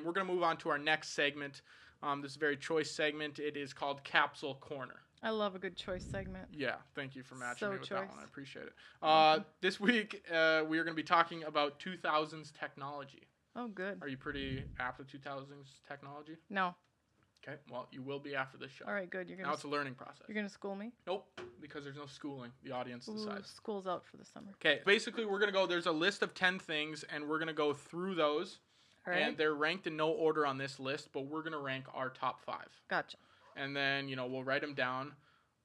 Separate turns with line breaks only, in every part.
we're going to move on to our next segment. Um, this is a very choice segment. It is called Capsule Corner.
I love a good choice segment.
Yeah, thank you for matching
So
me with that
choice.
one. I appreciate it. Uh, this week, uh, we are going to be talking about 2000s technology.
Oh, good.
Are you pretty after 2000s technology?
No.
Okay, well, you will be after this show.
All right, good. You're
Now
gonna
it's a learning process.
you're gonna school me.
Nope, because there's no schooling. The audience
Ooh,
decides.
school's out for the summer.
Okay, basically, we're gonna go. There's a list of ten things, and we're gonna go through those,
All right.
and uh, they're ranked in no order on this list, but we're gonna rank our top five,
gotcha.
and then you know we'll write them down.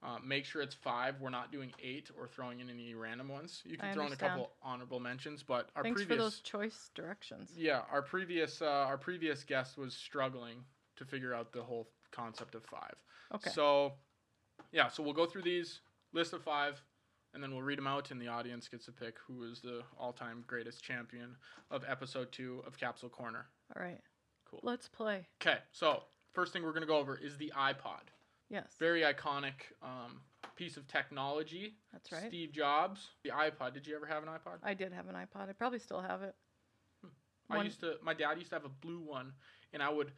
Uh, make sure it's five. We're not doing eight or throwing in any random ones. You can
I
throw in a
understand.
couple honorable mentions, but our
Thanks
previous
for those choice directions.
yeah, our previous uh, our previous guest was struggling to figure out the whole concept of five.
Okay.
So, yeah, so we'll go through these list of five, and then we'll read them out, and the audience gets to pick who is the all-time greatest champion of episode two of Capsule Corner.
All right.
Cool.
Let's play.
Okay, so first thing we're gonna go over is the iPod,
Yes.
very iconic um, piece of technology.
That's right.
Steve Jobs, the iPod. Did you ever have an iPod?
I did have an iPod. I probably still have it.
Hmm. I
One-
used to. My dad used to have a blue one, and I would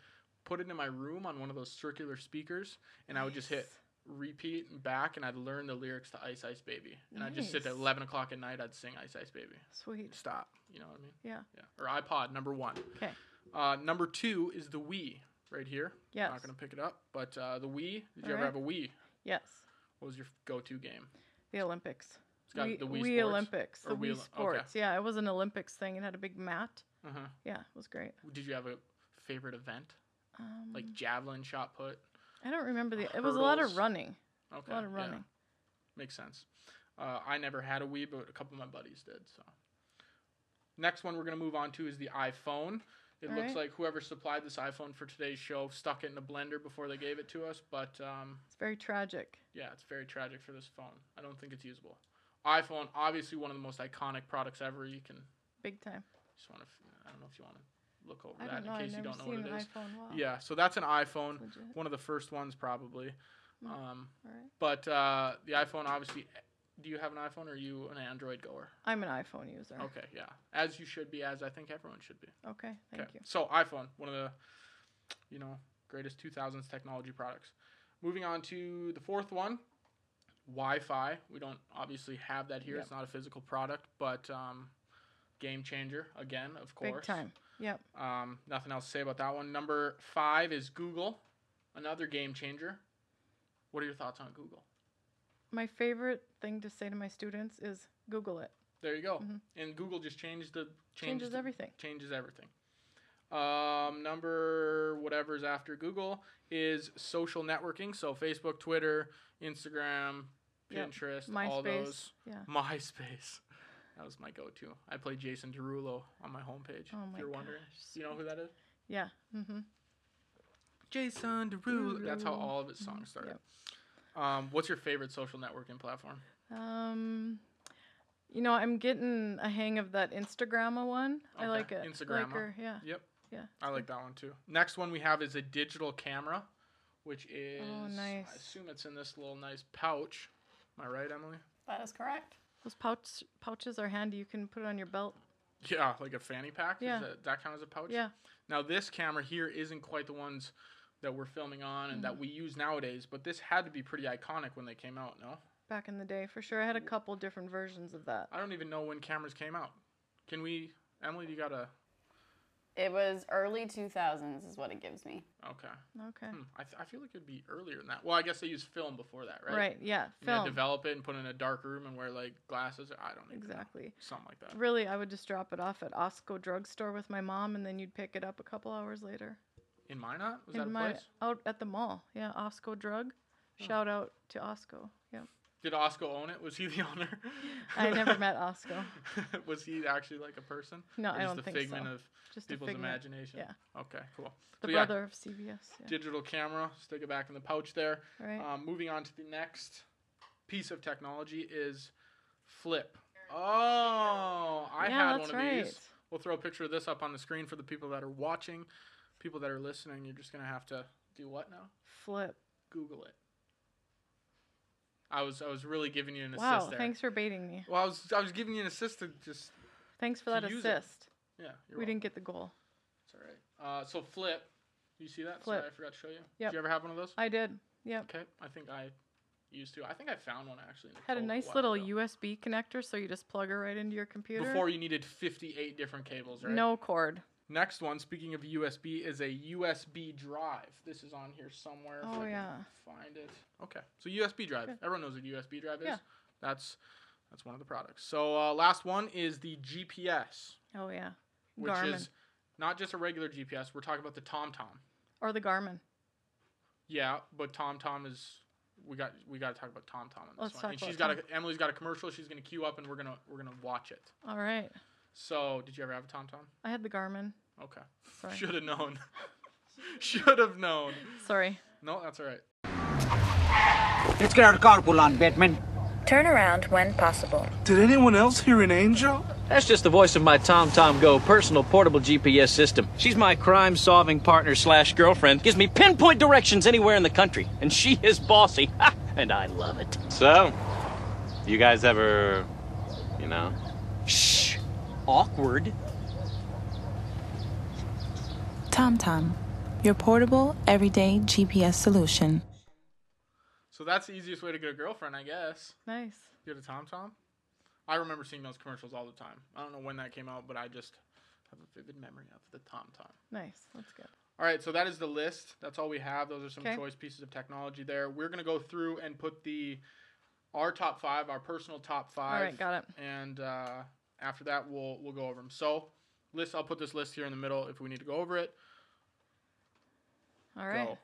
put it in my room on one of those circular speakers, and I would just hit
Nice.
repeat and back, and I'd learn the lyrics to Ice Ice Baby, and I'd just sit there
Nice.
eleven o'clock at night. I'd sing Ice Ice Baby.
Sweet.
Stop. You know what I mean?
Yeah.
Yeah. Or iPod number one.
'Kay.
Uh, number two is the Wii right here.
Yes.
Not gonna pick it up, but uh, the Wii. Did you ever
Alright.
have a Wii?
Yes.
What was your go-to game?
The Olympics.
It's got
Wii-
the Wii,
Wii
Sports.
Olympics.
Or
The
Wii
Wii,
Oli- okay.
Sports. Yeah, it was an Olympics thing. It had a big mat.
Uh-huh.
Yeah, it was great.
Did you have a favorite event
Um,
like javelin, shot put?
I don't remember the. It was a lot of
hurdles.
running.
Okay.
A lot of
yeah.
running.
Makes sense. Uh, I never had a Wii, but a couple of my buddies did. So, next one we're gonna move on to is the iPhone. It
All
looks
right.
like whoever supplied this iPhone for today's show stuck it in a blender before they gave it to us. But um,
It's very tragic.
yeah, it's very tragic for this phone. I don't think it's usable. iPhone, obviously one of the most iconic products ever. You can
Big time.
just want to. I don't know if you want to look over
I
that
don't know.
in
I've
case you
never
don't know
seen
what
an
it is.
iPhone. Wow.
Yeah, so that's an iPhone,
It's legit.
one of the first ones probably.
Hmm.
Um,
All right.
but uh, the iPhone, obviously, eh, do you have an iPhone or are you an Android goer?
I'm an iPhone user. Okay.
Okay, yeah. As you should be, as I think everyone should be.
thank you.
So iPhone, one of the, you know, greatest 2000s technology products. Moving on to the fourth one, Wi-Fi. We don't obviously have that here.
Yep.
It's not a physical product, but um, game changer again, of course.
Big time. Yep.
Um, nothing else to say about that one. Number five is Google, another game changer. What are your thoughts on Google?
My favorite thing to say to my students is Google it.
There you go.
Mhm.
And Google just changed the changed
Changes
the-
everything.
changes everything. Um, number whatever's after Google is social networking. So Facebook, Twitter, Instagram,
Yep.
Pinterest, all
MySpace.
those.
Yeah.
MySpace. That was my go-to. I play Jason Derulo on my homepage.
Oh
if
my
you're wondering,
gosh,
you know who that is?
Yeah. Mm-hmm.
Jason Derulo. That's how
Derulo. Mm-hmm.
all of his songs started. Um, what's your favorite social networking platform?
Um, you know, I'm getting a hang of that Instagramma one.
Okay,
I like it. I
Instagramma.
like her, yeah.
Yep.
Uh, Yeah.
I like that one too. Next one we have is a digital camera, which is I
Oh, nice.
assume it's in this little nice pouch. Am I right, Emily?
That is correct.
Those pouch pouches are handy. You can put it on your belt.
Yeah, like a fanny pack.
Yeah.
Is that, that count as a pouch?
Yeah.
Now this camera here isn't quite the ones that we're filming on and that
Mm.
we use nowadays, but this had to be pretty iconic when they came out. No,
Back in the day, for sure. I had a couple different versions of that.
I don't even know when cameras came out. Can we, Emily? You got a
It was early 2000s, is what it gives me.
okay?
Okay.
Hmm. I, th- I feel like it'd be earlier than that. Well, I guess they used film before that,
Right.
right?
yeah.
And they had to
Film.
develop it and put it in a dark room and wear like glasses. Or, I don't even know.
exactly.
something like that.
Really, I would just drop it off at Osco drugstore with my mom, and then you'd pick it up a couple hours later.
In Minot? Was
In
that a
my-
place? Oh.
Out at the mall. Yeah, Osco Drug. Shout out to Osco. Yeah.
Did Osco own it? Was he the owner?
I never met Osco.
Was he actually like a person?
No,
Or
I
just
don't
the
think
figment
so.
of
Just a
people's
figment.
imagination.
Yeah.
Okay, cool.
The
So, yeah,
brother of CBS. Yeah.
digital camera, stick it back in the pouch there.
right.
Um, moving on to the next piece of technology is Flip. Oh, I
yeah,
had
that's
one of
right.
these. We'll throw a picture of this up on the screen for the people that are watching. People that are listening, you're just going to have to do what now?
Flip.
Google it. I was I was really giving you an
Wow,
assist there.
thanks for baiting me.
Well, I was I was giving you an assist to just
Thanks for
To
that
use it.
assist.
yeah. You're
We
welcome.
didn't get the goal.
It's all right. Uh, so flip. You see that?
Flip.
Sorry, I forgot to show you.
Yep.
Did you ever have one of those?
I did. Yep.
Okay. I think I used to. I think I found one actually. in
Had a
Kobe
nice
while
little
ago.
USB connector, so you just plug her right into your computer.
Before you needed 58 different cables, right?
No cord.
Next one, speaking of USB, is a USB drive. This is on here somewhere. if
Oh,
I can
yeah.
Find it. Okay. So USB drive.
Good.
Everyone knows what USB drive is.
Yeah.
That's that's one of the products. So uh, last one is the GPS,
Oh yeah.
which
Garmin
is not just a regular GPS. We're talking about the TomTom.
or the Garmin.
Yeah, but TomTom is we got we got to talk about TomTom on this
Let's
one.
talk
and
about
she's got a, Emily's got a commercial. She's gonna queue up and we're gonna we're gonna watch it.
All right.
So did you ever have a TomTom?
I had the Garmin.
Okay,
Sorry.
should have known. should have known.
Sorry.
No, that's all right.
Let's get out of carpool on Batman.
Turn around when possible.
Did anyone else hear an angel?
That's just the voice of my Tom Tom Go personal portable GPS system. She's my crime solving partner slash girlfriend. Gives me pinpoint directions anywhere in the country. And she is bossy. Ha! and I love it.
So, you guys ever, you know?
Shh. Awkward.
TomTom, your portable, everyday GPS solution.
So that's the easiest way to get a girlfriend, I guess.
Nice.
Get a TomTom. I remember seeing those commercials all the time. I don't know when that came out, but I just have a vivid memory of the TomTom.
Nice. That's good.
All right, so that is the list. That's all we have. Those are some
'Kay.
choice pieces of technology there. We're going to go through and put the our top 5, our personal top 5.
right, got it.
And uh, after that we'll we'll go over them. So, list I'll put this list here in the middle if we need to go over it.
All right.
Go.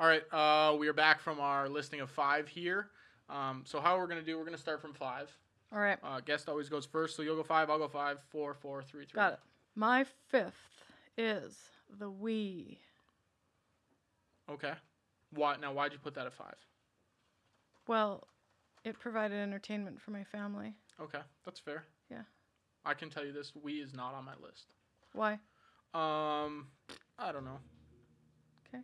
All right, uh, we are back from our listing of 5 here. Um, so how we're going to do, we're going to start from 5.
All right.
Uh, guest always goes first, so you'll go 5, I'll go five, four, four, three, three.
Got it. My fifth is the Wii.
Okay. Why now? Why'd you put that at five?
Well, it provided entertainment for my family.
Okay, that's fair.
Yeah.
I can tell you this: Wii is not on my list.
Why?
Um, I don't know.
'Kay.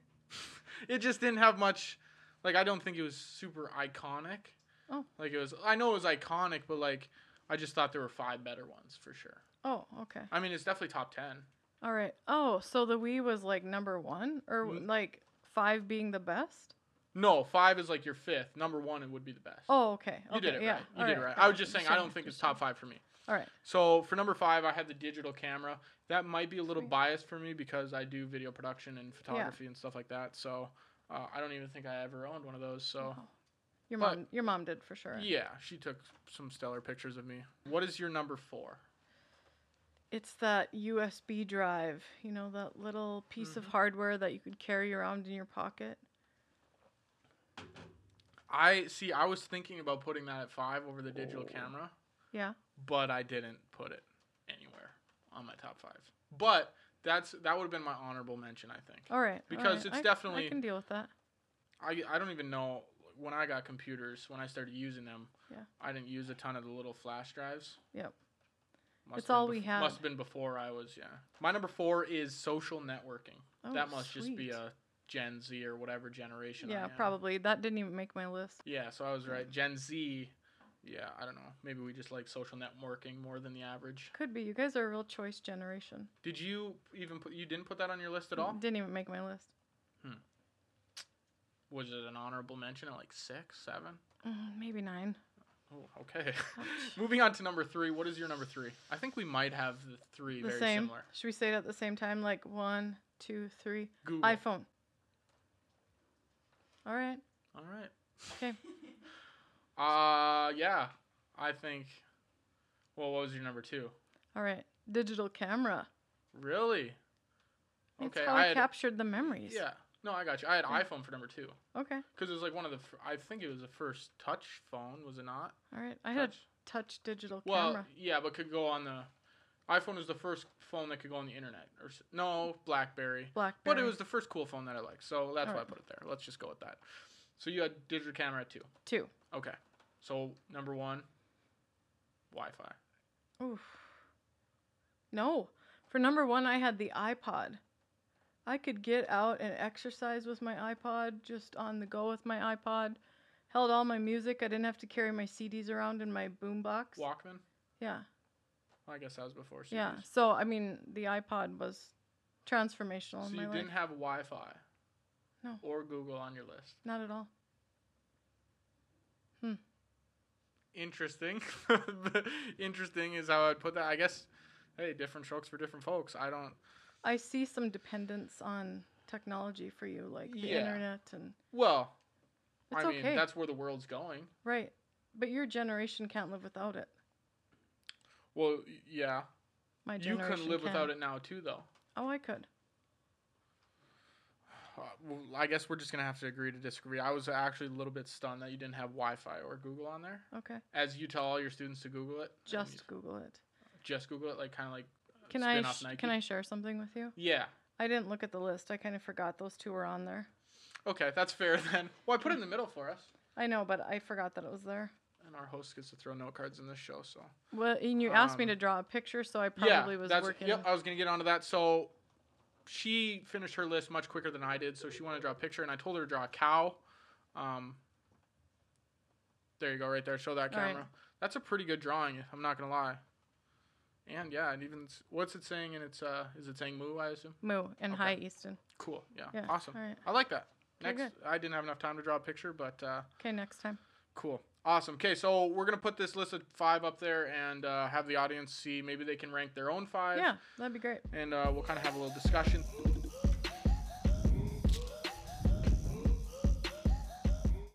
it just didn't have much. Like, I don't think it was super iconic.
Oh.
Like it was. I know it was iconic, but like, I just thought there were five better ones for sure.
Oh, okay.
I mean, it's definitely top ten.
All right. Oh, so the Wii was like number one, or
Mm.
like five being the best?
No, five is like your fifth. Number one, it would be the best.
Oh, okay.
you
okay.
did it
yeah.
right. You
all
did it right.
got
I was
it.
just saying, I don't think it's top five for me.
All right.
So for number five, I had the digital camera. That might be a little biased for me because I do video production and photography and stuff like that. So uh, I don't even think I ever owned one of those. So
Wow. Your
But-
mom, your mom did for sure.
yeah, she took some stellar pictures of me. What is your number four?
It's that USB drive, you know, that little piece
Mm-hmm.
of hardware that you could carry around in your pocket.
I see. I was thinking about putting that at five over the digital camera,
Yeah.
but I didn't put it anywhere on my top five. But that's that would have been my honorable mention. I think.
All right. all
Because
right.
it's
I-
definitely-
I can deal with that.
I, I don't even know when I got computers when I started using them.
Yeah.
I didn't use a ton of the little flash drives.
Yep.
Must
It's
have been
all we
bef-
had.
Must have been before I was yeah. My number four is social networking.
Oh,
that must just be
sweet.
a Gen Z or whatever generation. I
Yeah,
am.
probably. That didn't even make my list.
Yeah, so I was
Hmm.
right. Gen Z. Yeah, I don't know. Maybe we just like social networking more than the average.
Could be. You guys are a real choice generation.
Did you even put you didn't put that on your list at all?
Didn't even make my list.
Was it an honorable mention at like six, seven?
Mm, maybe nine.
Oh, okay. Moving on to number three. What is your number three? I think we might have the three
The
very
same.
similar.
Should we say it at the same time? Like one, two, three.
Google.
iPhone. All right.
All right.
Okay.
Uh, yeah. I think. Well, what was your number two?
All right. Digital camera.
Really?
It's
Okay,
how
I
I,
had-
captured the memories.
Yeah. No, I got you.
Hmm.
I had iPhone for number two
Okay.
because it was like one of the. Fr- I think it was the first touch phone, was it not?
All right. I had
Touch.
a touch digital
Well,
camera.
yeah, but could go on the. iPhone was the first phone that could go on the internet, or s- no BlackBerry.
Blackberry.
But it was the first cool phone that I liked, so that's why I
Alright.
put it there. Let's just go with that. So you had digital camera at two.
two.
Okay. So number one, Wi-Fi.
Oof. No. For number one, I had the iPod. I could get out and exercise with my iPod, just on the go with my iPod. Held all my music. I didn't have to carry my CDs around in my boombox.
Walkman.
Yeah.
Well, I guess that was before. CDs.
Yeah. So I mean, the iPod was transformational
So
in
you
my
didn't
life.
have Wi-Fi.
No.
Or Google on your list.
Not at all.
Interesting. Interesting is how I'd put that. I guess. Hey, different strokes for different folks. I don't.
I see some dependence on technology for you, like the
Yeah.
internet and
Well,
it's
I mean,
okay.
that's where the world's going.
right. But your generation can't live without it.
Well, y- yeah.
My
You
generation
can live without
can.
it now too, though.
Oh, I could.
Uh, well, I guess we're just gonna have to agree to disagree. I was actually a little bit stunned that you didn't have Wi-Fi or Google on there.
Okay.
As you tell all your students to Google it, and you
Just Google it.
just Google it, like kind of like. uh,
Can I
spin-off
sh-
Nike.
can I share something with you?
Yeah.
I didn't look at the list. I kind of forgot those two were on there.
Okay, that's fair then. Well, I put it in the middle for us,
I know, but I forgot that it was there.
and our host gets to throw note cards in this show. So
Well, and you asked me to draw a picture, so I probably
Um, yeah,
was
that's,
working.
Yep, I was gonna get onto that. So she finished her list much quicker than I did, so she wanted to draw a picture, and I told her to draw a cow. Um, there you go, right there. Show that
All right.
camera. That's a pretty good drawing. I'm not gonna lie. And yeah, and even s- what's it saying? And it's uh, is it saying moo? I assume.
Moo and
Okay.
hi Easton.
Cool. Yeah.
Yeah,
Awesome.
all right.
I like that.
Okay,
Next, I didn't have enough time to draw a picture, but uh,
Okay, next time.
Cool. Awesome. Okay, so we're gonna put this list of five up there and uh, have the audience see. Maybe they can rank their own five.
Yeah, that'd be great.
And uh, we'll kind of have a little discussion.